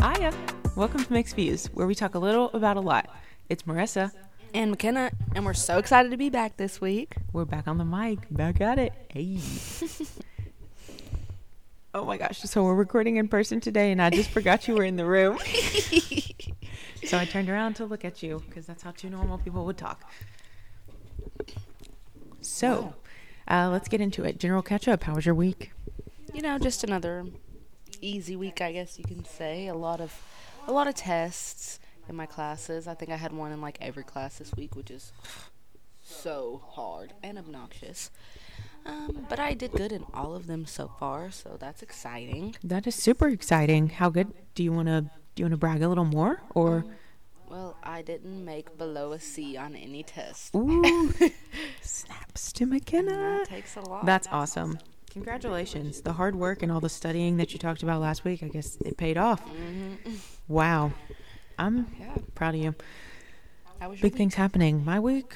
Hiya. Welcome to Mixed Views, where we talk a little about a lot. It's Marissa. and McKenna, and we're so excited to be back this week. We're back on the mic. Back at it. Hey. oh my gosh. So we're recording in person today, and I just forgot you were in the room. so I turned around to look at you because that's how two normal people would talk. So uh, let's get into it. General catch up. How was your week? You know, just another easy week, I guess you can say. A lot of, a lot of tests in my classes. I think I had one in like every class this week, which is so hard and obnoxious. Um, but I did good in all of them so far, so that's exciting. That is super exciting. How good do you want to? Do you want to brag a little more, or Well, I didn't make below a C on any test. Ooh, snaps to McKenna? That takes a lot. That's awesome. Congratulations. The hard work and all the studying that you talked about last week, I guess it paid off. Mm-hmm. Wow. I'm Yeah. proud of you. How was your Big things happening. My week,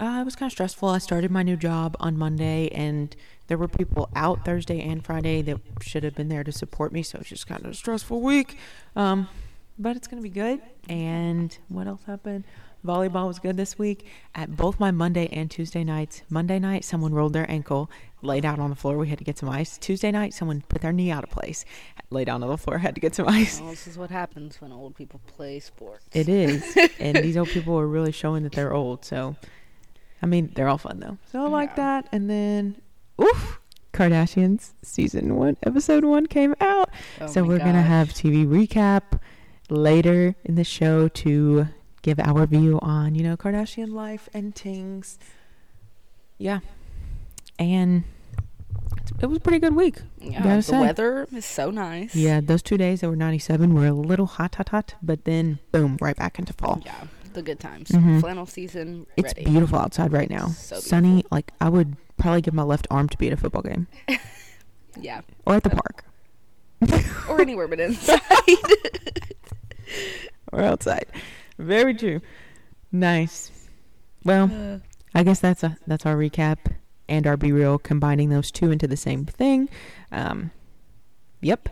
uh, it was kind of stressful. I started my new job on Monday, and there were people out Thursday and Friday that should have been there to support me. So it's just kind of a stressful week. Um, but it's going to be good. And what else happened? Volleyball was good this week at both my Monday and Tuesday nights. Monday night, someone rolled their ankle, laid out on the floor. We had to get some ice. Tuesday night, someone put their knee out of place, laid down on the floor, had to get some ice. Well, this is what happens when old people play sports. It is. and these old people are really showing that they're old. So, I mean, they're all fun though. So I like Yeah. that. And then, oof, Kardashians season one, episode one came out. Oh so my we're going to gosh. have TV recap later in the show to give our view on, you know, Kardashian life and things. Yeah. And it's- it was a pretty good week. Yeah, gotta the say. weather is so nice. Yeah, those two days that were 97 were a little hot, hot, hot, but then boom, right back into fall. Yeah, the good times. Mhm. Flannel season It's ready. beautiful outside right now. So Sunny. Like I would probably give my left arm to be at a football game yeah, or at the park or anywhere but inside. or outside. Very true. Nice. Well, I guess that's a that's our recap and our be real, combining those two into the same thing. Um, yep.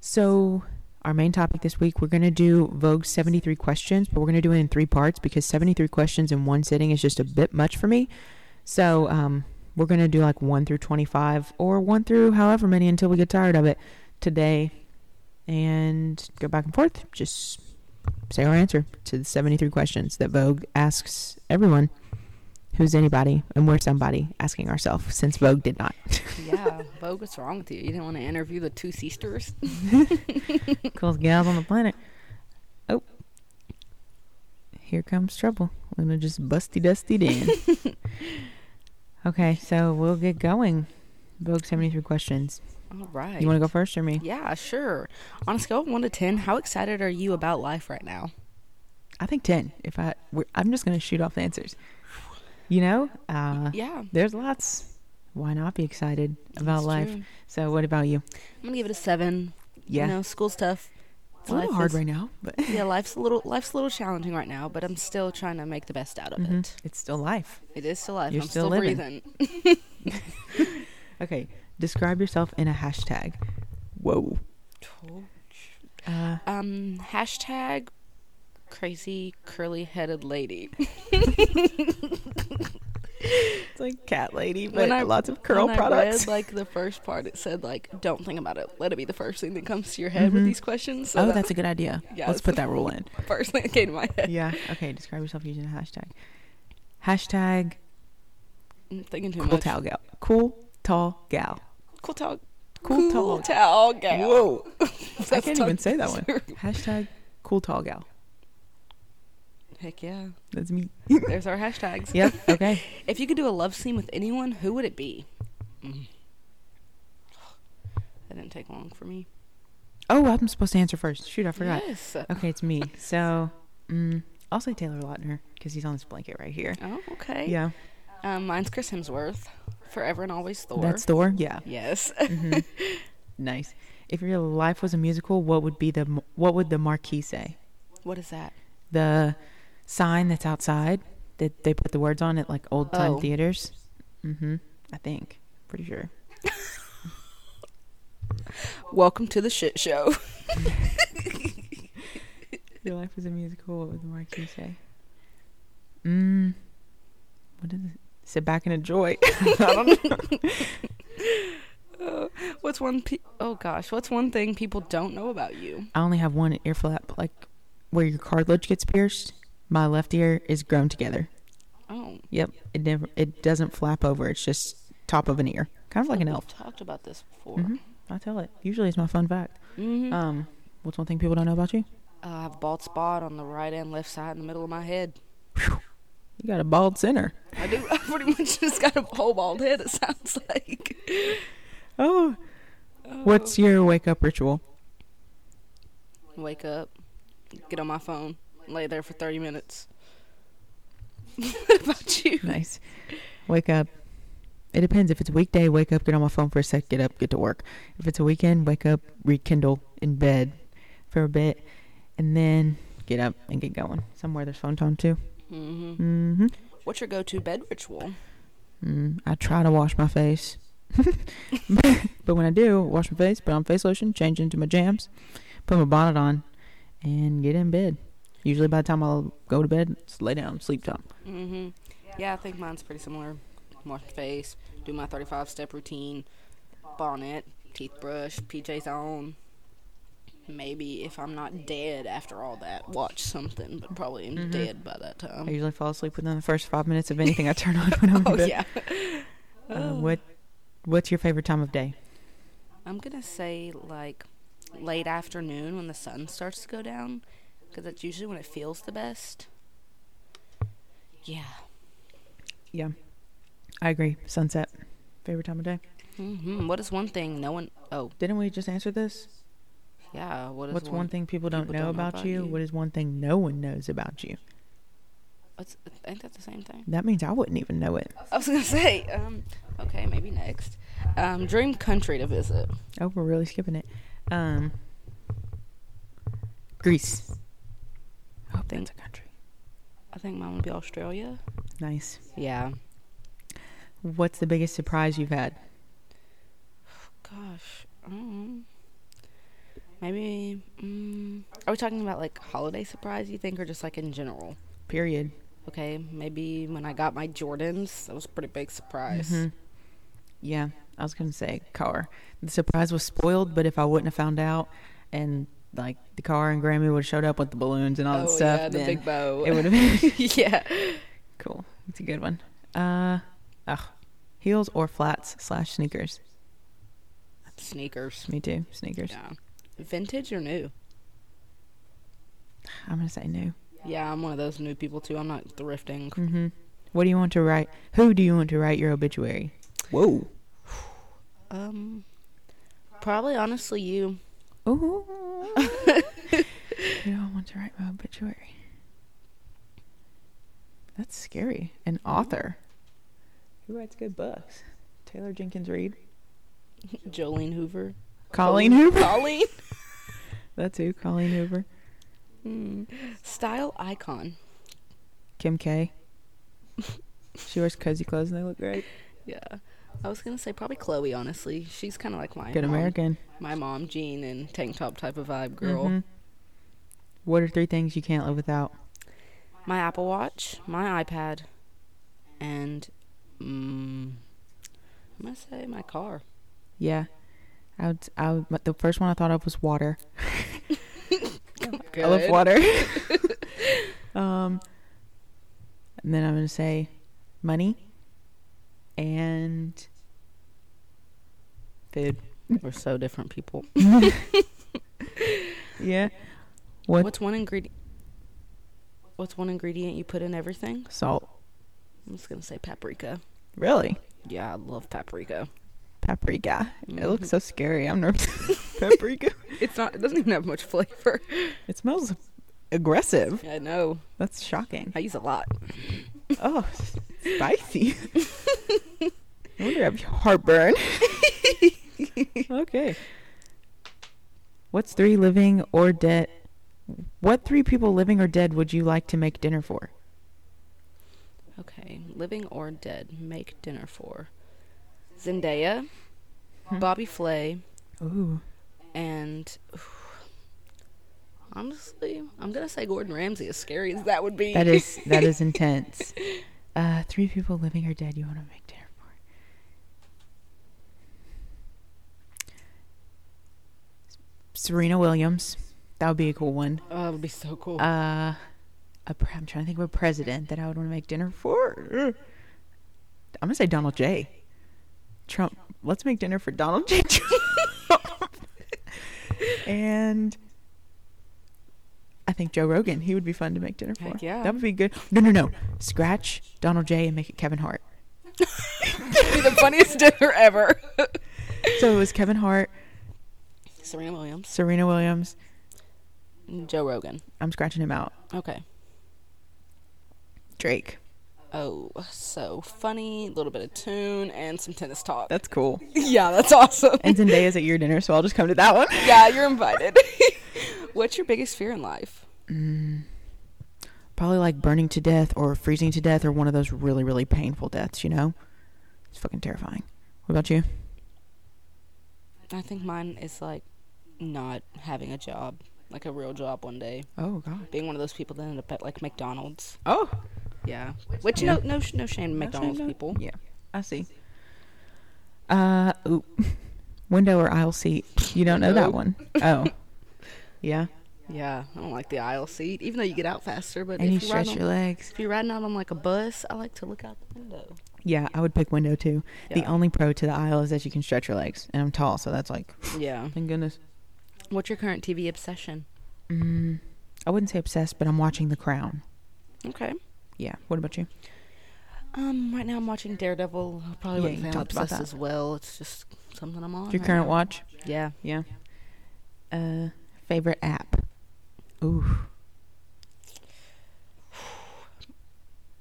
So our main topic this week, we're gonna do Vogue's 73 questions, but we're gonna do it in three parts because 73 questions in one sitting is just a bit much for me. So um, we're gonna do like one through 25 or one through however many until we get tired of it today, and go back and forth. Just say our answer to the 73 questions that Vogue asks everyone who's anybody and we're somebody asking ourselves since Vogue did not. yeah, Vogue, what's wrong with you? You didn't want to interview the two sisters? Coolest gals on the planet. Oh, here comes trouble. We're gonna just busty dusty in. okay, so we'll get going. Vogue 73 questions. All right. You want to go first or me? Yeah, sure. On a scale of one to ten, how excited are you about life right now? I think 10. If I, we're, I'm just gonna shoot off the answers. You know, uh, Yeah, there's lots. Why not be excited about That's life? true. So, what about you? I'm gonna give it a seven. Yeah, you know, school's tough. it's a little Life hard is- right now, but Yeah, life's a little life's a little challenging right now, but I'm still trying to make the best out of Mhm. it. it's still life. It is still life. You're I'm still still, living. breathing. Okay, describe yourself in a hashtag. Whoa. Uh, Um, hashtag crazy curly headed lady. it's like cat lady, When but I- lots of curl when products. I read like the first part, it said like, "Don't think about it. Let it be the first thing that comes to your head with Mhm. these questions." So oh, that that's a good idea. Yeah, Let's that's- put that rule in. was the first thing that came to my head. yeah. Okay, describe yourself using a hashtag. Hashtag I'm thinking too cool much. tall gal. Cool tall gal. Cool towel. Cool towel. towel gal. Whoa. That's I can't even tongue say that one. twister. Hashtag cool tall gal. Heck yeah! That's me. There's our hashtags. Yep. Okay. If you could do a love scene with anyone, who would it be? Mm. That didn't take long for me. Oh, I'm supposed to answer first. Shoot, I forgot. Yes. Okay, it's me. So, mm, I'll say Taylor Lautner because he's on this blanket right here. Oh, okay. Yeah. Um, mine's Chris Hemsworth, forever and always Thor. That's Thor. Yeah. yes. Mm-hmm. Nice. If your life was a musical, what would be the m- what would the marquee say? what is that? The sign that's outside that they put the words on at like old time Oh. theaters. Mm-hmm. I think. Pretty sure. Welcome to the shit show. Your life is a musical. What would the marquee say? Mm. What is it? Sit back and enjoy. I don't know. Uh, what's one? Pe- oh gosh, what's one thing people don't know about you? I only have one ear flap, like where your cartilage gets pierced. My left ear is grown together. Oh, Yep. It never. It doesn't flap over. It's just top of an ear, kind of like an elf. Talked about this before. hmm I tell it. Usually, it's my fun fact. Mhm. Um, what's one thing people don't know about you? Uh, I have a bald spot on the right and left side in the middle of my head. You got a bald center. I do. I pretty much just got a whole bald head. It sounds like. Oh. What's your wake up ritual? Wake up, get on my phone, lay there for thirty minutes. what about you? Nice. Wake up. It depends. If it's a weekday, wake up, get on my phone for a sec, get up, get to work. If it's a weekend, wake up, rekindle in bed for a bit, and then get up and get going. Somewhere there's phone time too. hmm Mm-hmm. What's your go-to bed ritual? Mm, I try to wash my face. but when I do, wash my face, put on face lotion, change into my jams, put my bonnet on, and get in bed. Usually by the time I'll go to bed, it's lay down, sleep time. hmm Yeah, I think mine's pretty similar. Wash my face, do my 35 step routine, bonnet, teeth brush, PJs on. Maybe if I'm not dead after all that, watch something, but probably am Mhm. dead by that I time. usually fall asleep within the first five minutes of anything I turn on when I'm in Oh, bed. yeah. Uh, what What's your favorite time of day? I'm going to say like late afternoon when the sun starts to go down, because that's usually when it feels the best. Yeah. I agree. Sunset. Favorite time of day. hmm What is one thing no one. Oh, Didn't we just answer this? yeah. What is What's one, thing people don't people know about, you? What is one thing no one knows about you? What's, ain't that the same thing? That means I wouldn't even know it. I was gonna say, um, okay, maybe next. Um, dream country to visit. Oh, we're really skipping it. Um, Greece. I hope Think- that's a country. I think mine would be Australia. Nice. Yeah. What's the biggest surprise you've had? Gosh. Um, maybe. Um, are we talking about like holiday surprise? You think, or just like in general? Period. Okay, maybe when I got my Jordans, that was a pretty big surprise. Mhm. Yeah, I was gonna say car. The surprise was spoiled, but if I wouldn't have found out, and like the car and Grammy would have showed up with the balloons and all Oh that stuff, yeah, the then big bow. it would have been yeah. cool. It's a good one. Uh, ugh. heels or flats slash sneakers. Sneakers. Me too. Sneakers. Yeah. Vintage or new? I'm gonna say no. Yeah, I'm one of those new people too. I'm not thrifting. Mm-hmm. What do you want to write? Who do you want to write your obituary? Whoa. Um, probably honestly, you. Ooh. Who do I want to write my obituary? That's scary. An author. Who Mm-hmm. writes good books? Taylor Jenkins Reid. Jolene Hoover. Colleen Hoover. Colleen. That's who. Colleen Hoover. Hmm. Style icon. Kim K. She wears cozy clothes and they look great. Yeah. I was gonna say probably Chloe. Honestly, she's kind of like my Good mom, American. my mom, jean and tank top type of vibe girl. Mhm. What are three things you can't live without? My Apple Watch, my iPad, and mm, I'm gonna say my car. Yeah. I would, I would, but the first one I thought of was water. I love Good. water. um, and then I'm gonna say money and food. We're so different people. Yeah. What What's one ingredient? What's one ingredient you put in everything? salt? I'm just gonna say paprika. Really? Yeah, I love paprika. Paprika. It Mhm. looks so scary. I'm nervous. Paprika. It's not. It doesn't even have much flavor. It smells aggressive. I know. That's shocking. I use a lot. Oh, spicy. I wonder if you have heartburn. okay. What's three living or dead? What three people living or dead would you like to make dinner for? Okay, living or dead, make dinner for Hmm? Zendaya, Bobby Flay, Ooh. and Honestly, I'm gonna say Gordon Ramsay. As scary as that would be, That is that is intense. Uh, three people living or dead you want to make dinner for. Serena Williams. That would be a cool one. oh, that would be so cool. Uh, a pre- I'm trying to think of a president that I would want to make dinner for. Ugh. I'm gonna say Donald J. Trump. Let's make dinner for Donald J. Trump. and I think Joe Rogan. He would be fun to make dinner for. Heck yeah. That would be good. No, no, no. Scratch Donald J. and make it Kevin Hart. That'd be the funniest dinner ever. So it was Kevin Hart, Serena Williams, Serena Williams. and Joe Rogan. I'm scratching him out. Okay. Drake. Oh, so funny, a little bit of tune, and some tennis talk. That's cool. yeah, that's awesome. And Zendaya's at your dinner, so I'll just come to that one. yeah, you're invited. What's your biggest fear in life? Probably like burning to death or freezing to death or one of those really, really painful deaths, you know? It's fucking terrifying. What about you? I think mine is like not having a job, like a real job one day. Oh, God. Being one of those people that end up at like McDonald's. Oh, Yeah. Which no no sh- no shame to McDonald's people. Yeah, I see. Uh, oop. window or aisle seat. You don't know that Nope. one. Oh. Yeah. Yeah, I don't like the aisle seat, even though you get out faster. But And you if, you ride stretch on, your legs. if you're riding out on like a bus, I like to look out the window. Yeah, I would pick window too. The Yeah. only pro to the aisle is that you can stretch your legs. And I'm tall, so that's like, Yeah. thank goodness. What's your current TV obsession? Mm, I wouldn't say obsessed, but I'm watching The Crown. Okay. Yeah. What about you? Um, right now I'm watching Daredevil. I probably Yeah, wouldn't you say I'm talked about obsessed that. as well. It's just something I'm on. Your right current now. watch? Oh, Yeah. Yeah. Uh, favorite app. Ooh.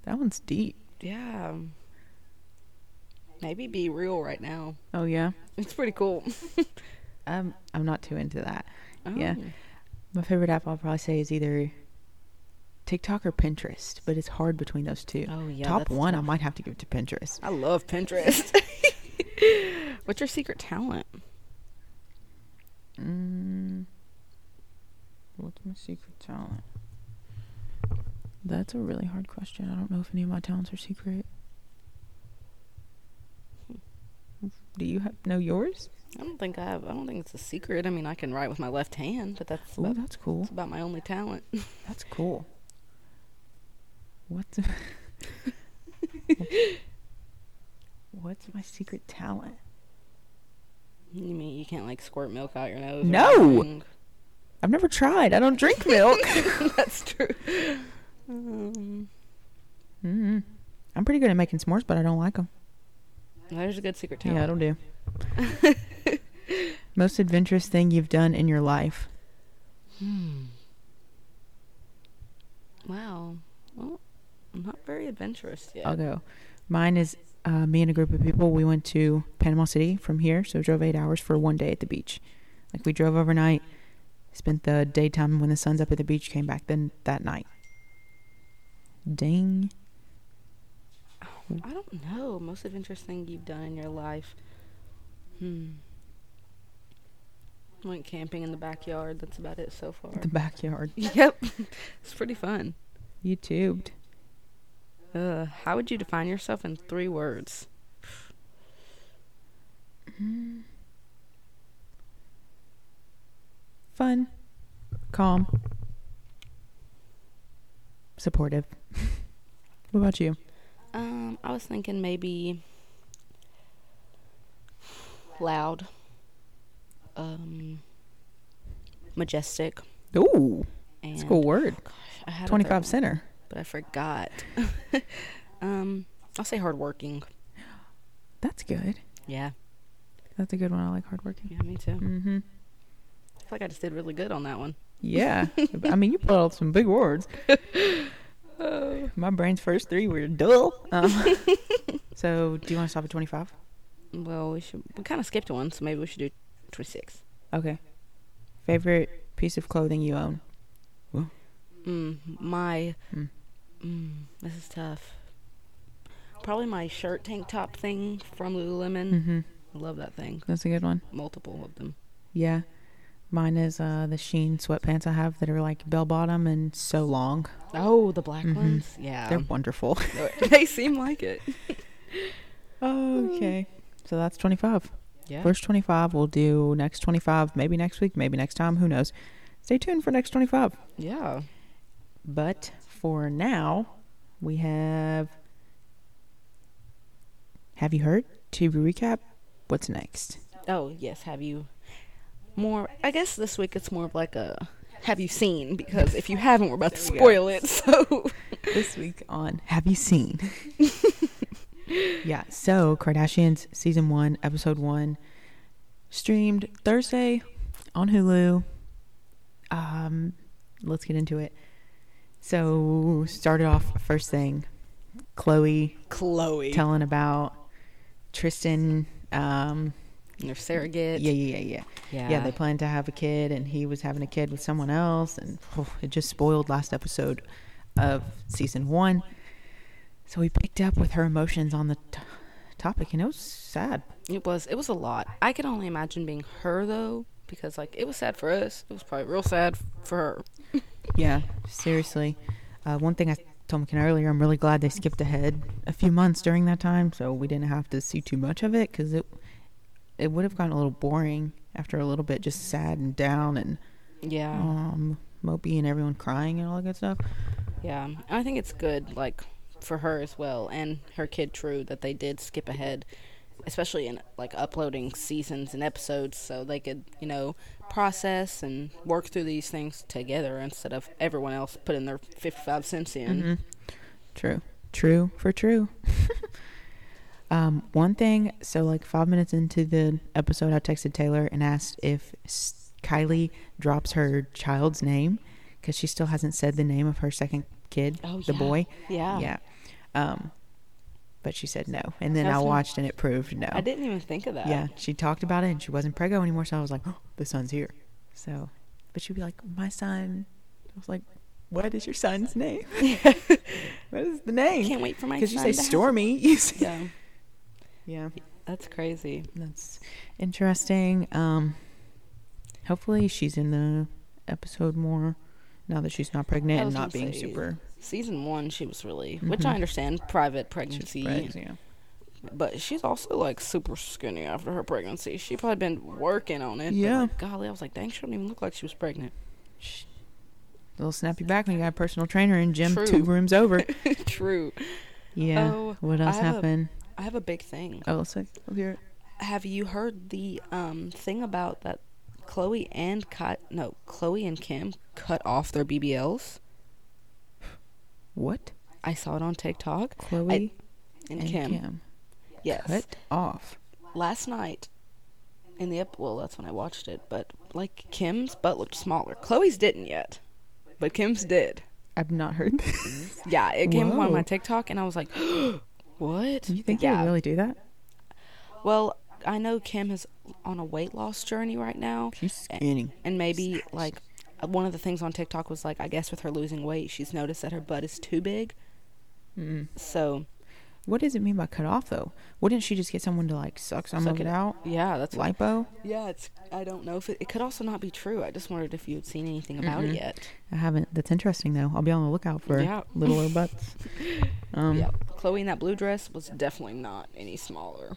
That one's deep. Yeah. Maybe be real right now. Oh yeah. It's pretty cool. Um, I'm not too into that. Oh. Yeah. My favorite app, I'll probably say, is either TikTok or Pinterest, but it's hard between those two. Oh, yeah, Top that's one, I might have to give to Pinterest. I love Pinterest. What's your secret talent? Mm, what's my secret talent? That's a really hard question. I don't know if any of my talents are secret. Do you have know yours? I don't think I have. I don't think it's a secret. I mean, I can write with my left hand, but that's Oh, about, that's cool. that's about my only talent. That's cool. What's what's my secret talent? you mean you can't like squirt milk out your nose? or No. anything? I've never tried. I don't drink milk. that's true. Um, mm I'm pretty good at making s'mores, but I don't like them. there's a good secret Yeah, talent. it'll do. Most adventurous thing you've done in your life? Wow. Well, I'm not very adventurous yet. I'll go. Mine is uh, me and a group of people. We went to Panama City from here, so drove eight hours for one day at the beach. Like we drove overnight, spent the daytime when the sun's up at the beach, came back then that night. Ding. I don't know. Most adventurous thing you've done in your life. Hmm. Went camping in the backyard. That's about it so far. The backyard. yep. it's pretty fun. YouTubed. Uh, how would you define yourself in three words? Fun. Calm. Supportive. what about you? Um, I was thinking maybe loud, um, majestic, Ooh, and that's a cool word. Gosh, I had a third 25 one, center. but I forgot. um, I'll say hardworking. That's good. Yeah, That's a good one. I like hardworking. yeah, me too. Mm-hmm. I feel like I just did really good on that one. Yeah. I mean, you put out some big words. My brain's first three were dull. Um, so, do you want to stop at 25? Well, we should. We kind of skipped one, so maybe we should do twenty-six. Okay. Favorite piece of clothing you own? Mm, my. Mm. Mm. this is tough. Probably my shirt tank top thing from Lululemon. Mm-hmm. I love that thing. That's a good one. Multiple of them. Yeah. Mine is uh, the Sheen sweatpants I have that are like bell bottom and so long. Oh, the black Mhm. ones? Yeah. They're wonderful. they seem like it. okay. So that's 25. Yeah. First 25, we'll do next 25, maybe next week, maybe next time, who knows. Stay tuned for next 25. Yeah. But for now, we have Have you heard? To recap, what's next? Oh, yes. Have you more? I guess this week it's more of like a have you seen? Because if you haven't, we're about to spoil it. So, This week on Have You Seen? yeah, so Kardashians season one, episode one, streamed Thursday on Hulu. Um, let's get into it. So, started off first thing Chloe Chloe. telling about Tristan. Um, and their surrogate. yeah, yeah, yeah, yeah. Yeah. yeah, they planned to have a kid, and he was having a kid with someone else, and oh, it just spoiled last episode of season one. So we picked up with her emotions on the t- topic, and it was sad. It was it was a lot. I can only imagine being her though, because like it was sad for us. It was probably real sad f- for her. Yeah, seriously. Uh, one thing I told McKenna earlier, I'm really glad they skipped ahead a few months during that time, so we didn't have to see too much of it because it it would have gotten a little boring after a little bit, just sad and down, and Yeah, um, mopey and everyone crying and all that good stuff. yeah. And I think it's good like for her as well and her kid True that they did skip ahead, especially in like uploading seasons and episodes, so they could you know process and work through these things together instead of everyone else putting their fifty five cents in. True. True for true. um, one thing, so like five minutes into the episode, I texted Taylor and asked if S- Kylie drops her child's name because she still hasn't said the name of her second kid, Oh, Mm-hmm. the yeah. boy. Yeah. Yeah. Um, but she said no. And then That's I what- watched and it proved no. I didn't even think of that. Yeah. She talked about it and she wasn't preggo anymore. So I was like, oh, the son's here. So, but she'd be like, my son. I was like, what is your son's name? what is the name? Can't wait for my Because you son say to have- stormy. You say, Yeah, yeah. that's crazy. that's interesting. Um, hopefully she's in the episode more now that she's not pregnant I and was not gonna being say, super. Season one, she was really, which Mm-hmm. I understand, private pregnancy, pregs, yeah. but she's also like super skinny after her pregnancy. She probably been working on it. but, Yeah. like, golly, I was like, dang, she don't even look like she was pregnant. Shh. They'll snap you back when you got a personal trainer in gym True. two rooms over. True. Yeah. Oh, what else I have a- happened? I have a big thing. Oh, let's see. Let's hear it. Have you heard the um thing about that? Chloe and Ky- no, Chloe and Kim cut off their BBLs. What? I saw it on TikTok. Chloe And, and Kim, Kim, yes, cut off. last night in the ep- well that's when i watched it but like kim's butt looked smaller chloe's didn't yet but kim's did I've not heard this. yeah it came on my Whoa. tiktok and i was like what Do you think yeah they really do that? well i know kim is on a weight loss journey right now She's skinny. and maybe like one of the things on tiktok was like i guess with her losing weight she's noticed that her butt is too big Mm. so What does it mean by cut off though? Wouldn't she just get someone to like suck some Suck of it it out? yeah that's why Lipo? yeah it's i don't know if it, it could also not be true i just wondered if you had seen anything about it yet I haven't. That's interesting though. I'll be on the lookout Mm-hmm. for Yeah. littler butts. Um, Yeah, Chloe in that blue dress was definitely not any smaller.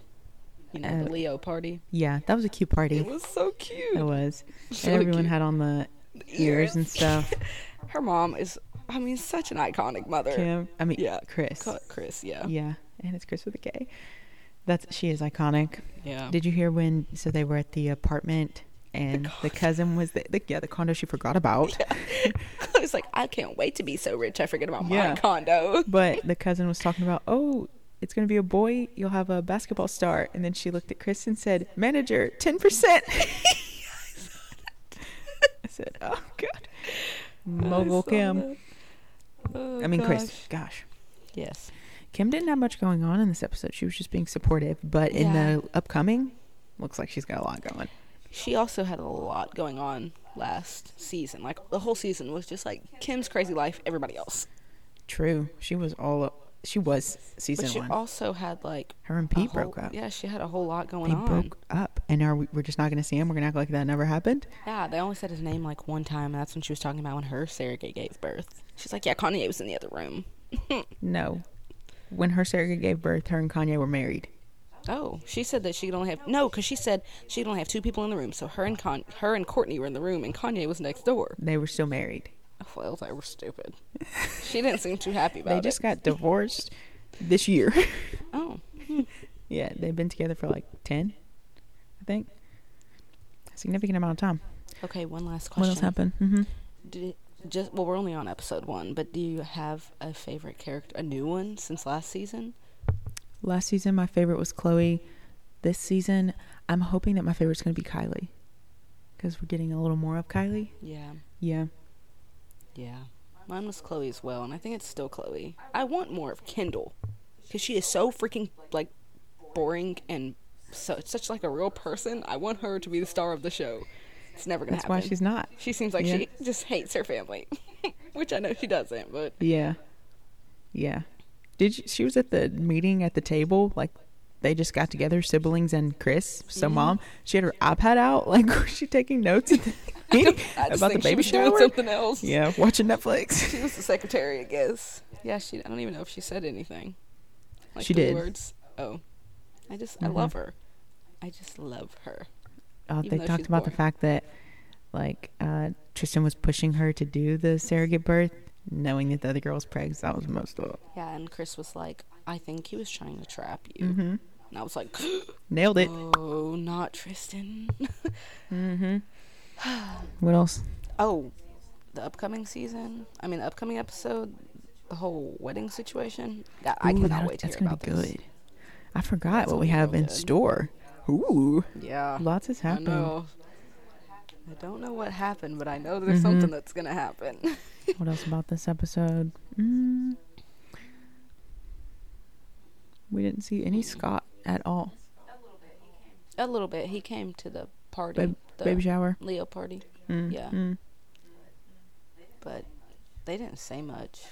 You know, Uh, the Leo party. yeah, that was a cute party. It was so It cute. was. So and everyone cute. had on the ears and stuff. Her mom is, I mean, such an iconic mother. Kim, I mean, Er, Yeah. Chris. Call it Chris, yeah. Yeah, and it's Chris with a K. That's she is iconic. Yeah. Did you hear when? So they were at the apartment, and the, cousin was the, the yeah the condo she forgot about. I was like, I can't wait to be so rich. I forget about Yeah. my condo. But the cousin was talking about, oh, it's going to be a boy. You'll have a basketball star. And then she looked at Chris and said, manager, 10%. I said, oh, God. Mogul I saw Kim. that. Oh, I mean, gosh. Chris. Gosh. Yes. Kim didn't have much going on in this episode. She was just being supportive. But in Yeah. the upcoming, looks like she's got a lot going. She also had a lot going on last season. Like, the whole season was just like Kim's crazy life, everybody else. True. She was all up. She was season But she one. also had, like, Her and a Pete whole- broke up. Yeah, she had a whole lot going They on. broke up. And are we, we're just not going to see him? We're going to act like that never happened? Yeah, they only said his name like one time, and that's when she was talking about when her surrogate gave birth. She's like, yeah, Kanye was in the other room. No. When her surrogate gave birth, her and Kanye were married. Oh, she said that she could only have no, because she said she could only have two people in the room. So her and Con- her and Courtney were in the room, and Kanye was next door. They were still married. Well, they were stupid. she didn't seem too happy about they it. just got divorced this year. oh, yeah, they've been together for like 10, I think. A significant amount of time. okay. One last question. What else happened? hmm Do- just well, we're only on episode one, but do you have a favorite character, a new one since last season? Last season, my favorite was Chloe. This season, I'm hoping that my favorite's going to be Kylie. Because we're getting a little more of Kylie. Yeah, Yeah. yeah. Mine was Chloe as well, and I think it's still Chloe. I want more of Kendall, because she is so freaking like boring and so, such like a real person. I want her to be the star of the show. It's never gonna That's why happen. she's not. She seems like Yeah. she just hates her family, which I know she doesn't, but Yeah. Yeah. Did you, she was at the meeting at the table like they just got together siblings and Chris so Mm-hmm. mom she had her iPad out like was she taking notes at the meeting I just about the think baby she was doing shower something else. yeah watching Netflix She was the secretary, I guess. Yeah, she. I don't even know if she said anything. She the did. Words. Oh, I just. Mhm. I love her. I just love her. uh, Even they though talked she's about the boring. fact that like uh, Tristan was pushing her to do the surrogate birth knowing that the other girl was pregnant that was most of Yeah, and Chris was like, "I think he was trying to trap you," mm-hmm. and I was like, nailed it "Oh, not Tristan." mm-hmm. what else oh, the upcoming season. I mean, the upcoming episode. The whole wedding situation. That, I Ooh, cannot that- wait to that's hear gonna about be this. good I forgot That's what gonna we be have real in good. store ooh Yeah. lots has happened I know. I don't know what happened, but I know there's something that's gonna happen. What else about this episode? Mm. We didn't see Mm. any Scott at all. a little bit. He came to the party, Bab- the Baby shower. Leo party, Mm. Yeah. Mm. but they didn't say much.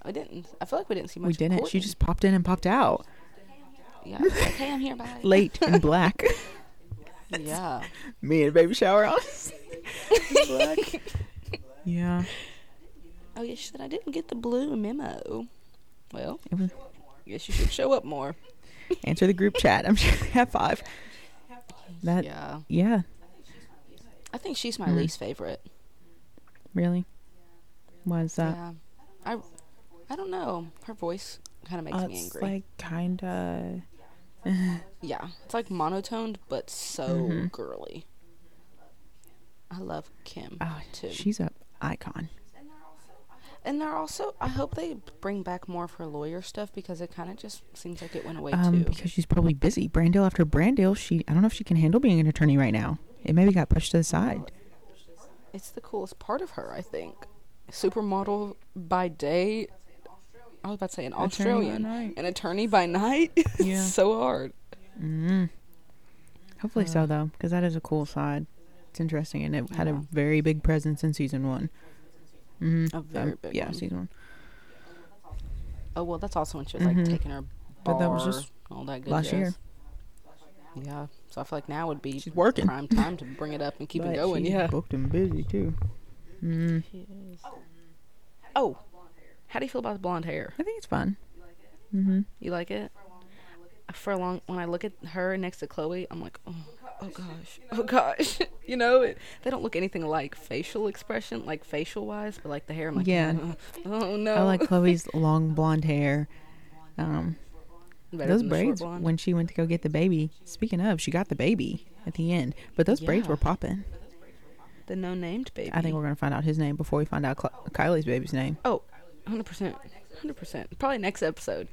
I didn't. I feel like we didn't see much. We of didn't. She Courtney. just popped in and popped out Yeah. I was like, hey, I'm here. Bye. late in black. Yeah. Me and baby shower on. Black. Yeah. Oh yeah. She said I didn't get the blue memo. Well, It was, guess you should show up more. answer the group chat. I'm sure they have five. That yeah. Yeah. I think she's my Mm. least favorite. really. Was uh, that yeah. I. I don't know. Her voice kind of makes uh, me it's angry. like kinda Yeah, it's like monotoned but so Mhm. girly. I love Kim oh, too. she's a icon. and they're also I hope they bring back more of her lawyer stuff because it kind of just seems like it went away um, too. because she's probably busy. Brand deal after brand deal. She, I don't know if she can handle being an attorney right now. It maybe got pushed to the side. It's the coolest part of her, I think. Supermodel by day. I was about to say an Australian, an attorney by night. It's Yeah. so hard. Mm. Hopefully so though, because that is a cool side. It's interesting, and it had Yeah. a very big presence in season one. Mm. A very Um, big yeah, one. season one. Oh well, that's also when she was Mhm. like taking her bar But that was just and all that good last jazz. year. Yeah, so I feel like now would be She's working. prime time to bring it up and keep But it going. she's Yeah. booked and busy too. Mm. Oh, how do you feel about the blonde hair? I think it's fun. Mm-hmm. You like it? For a long, when I look at her next to Chloe, I'm like, oh, oh gosh, oh gosh. you know, it, they don't look anything like facial expression, like facial wise, but like the hair, I'm like, Yeah. "Ugh, oh no. I like Chloe's long blonde hair. Um, Better those than the short braids blonde. when she went to go get the baby. Speaking of, she got the baby at the end, but those braids Yeah. were popping. the no named baby. I think we're gonna find out his name before we find out Cl- Kylie's baby's name. oh, 100%. 100%. Probably next episode.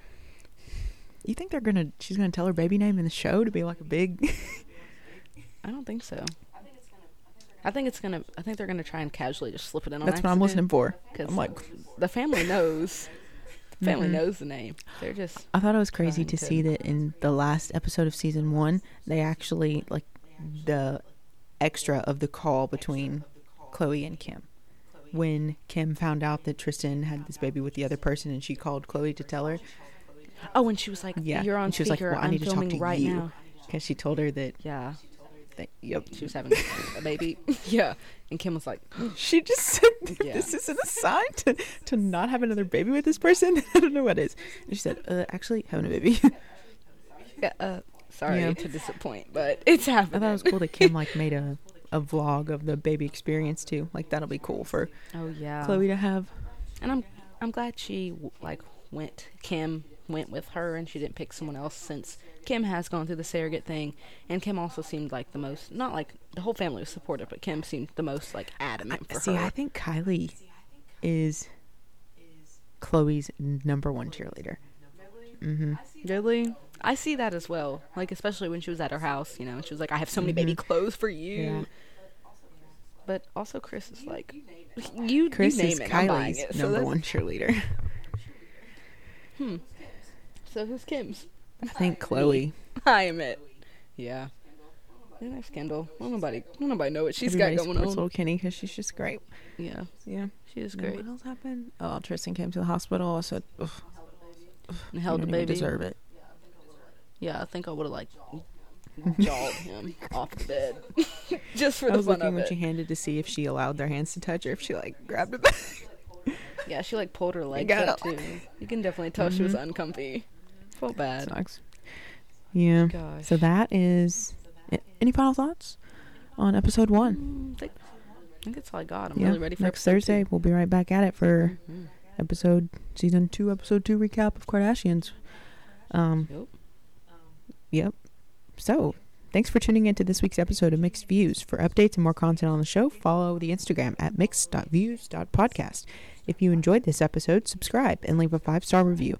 You think they're gonna? She's gonna tell her baby name in the show to be like a big. I don't think so. I think it's gonna. I think they're gonna try and casually just slip it in. On That's what I'm listening for. Because I'm like, the family knows. The family Mhm. knows the name. They're just I thought it was crazy to Trying to- see that in the last episode of season one, they actually like the extra of the call between Chloe and Kim. When Kim found out that Tristan had this baby with the other person, and she called Chloe to tell her, Oh, and she was like, yeah, "You're on and she was like, speaker. "Well, I I'm need to talk filming to right you now." because she told her that Yeah, thing. Yep, she was having a baby. yeah, and Kim was like, She just said, that Yeah. "This isn't a sign to, to not have another baby with this person." I don't know what is. And she said, uh, "Actually, having a baby." yeah, uh, sorry Yeah. to disappoint, but it's I happening. thought it was cool that Kim like made a a vlog of the baby experience too. Like that'll be cool for oh yeah, Chloe to have. and I'm I'm glad she w- like went. Kim went with her, and she didn't pick someone else since Kim has gone through the surrogate thing, and Kim also seemed like the most not like the whole family was supportive, but Kim seemed the most like adamant for See, her. I think Kylie is Chloe's number one cheerleader. Mm-hmm. Really? I see that as well. Like, especially when she was at her house, you know, and she was like, I have so many baby clothes for you. Mm-hmm. Yeah. But also, Chris is like, you, Chris you name is it, I'm buying Kylie's it. so number that's- one cheerleader. Hmm. So who's Kim's? I think Chloe. I am it. Yeah. And there's Kendall. Well, nobody, well, nobody know what she's got Everybody going supports on. Little Kenny because she's just great. Yeah, Yeah, she is No, great. What else happened? Oh, Tristan came to the hospital. I said, Ugh, And you held don't the even baby. deserve it. Yeah, I think I would have like jawed him off the bed just for I the was fun looking of when it. she handed to see if she allowed their hands to touch or if she like grabbed it. back. Yeah, she like pulled her legs got up too. You can definitely tell she was Mm-hmm. uncomfy. Felt bad. Sucks. Yeah. Gosh. So that is. a- Any final thoughts on episode one? Mm, think- I think that's all I got. I'm yeah. really ready for next episode two. Thursday. Mm. We'll be right back at it for Mhm. episode season two, episode two recap of Kardashians. Um, Yep. Yep. So, thanks for tuning in to this week's episode of Mixed Views. For updates and more content on the show, follow the Instagram at mixed.views.podcast. If you enjoyed this episode, subscribe and leave a five star review.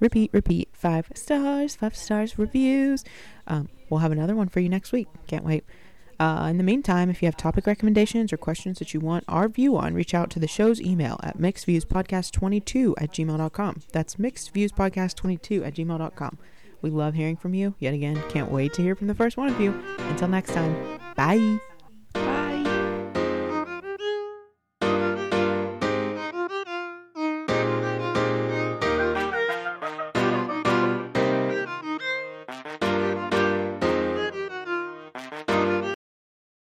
Repeat, repeat, five stars, five stars reviews. Um, we'll have another one for you next week. Can't wait. Uh, in the meantime, if you have topic recommendations or questions that you want our view on, reach out to the show's email at mixedviewspodcast22 at gmail.com. That's mixedviewspodcast22 at gmail.com. We love hearing from you yet again. Can't wait to hear from the first one of you. Until next time, bye.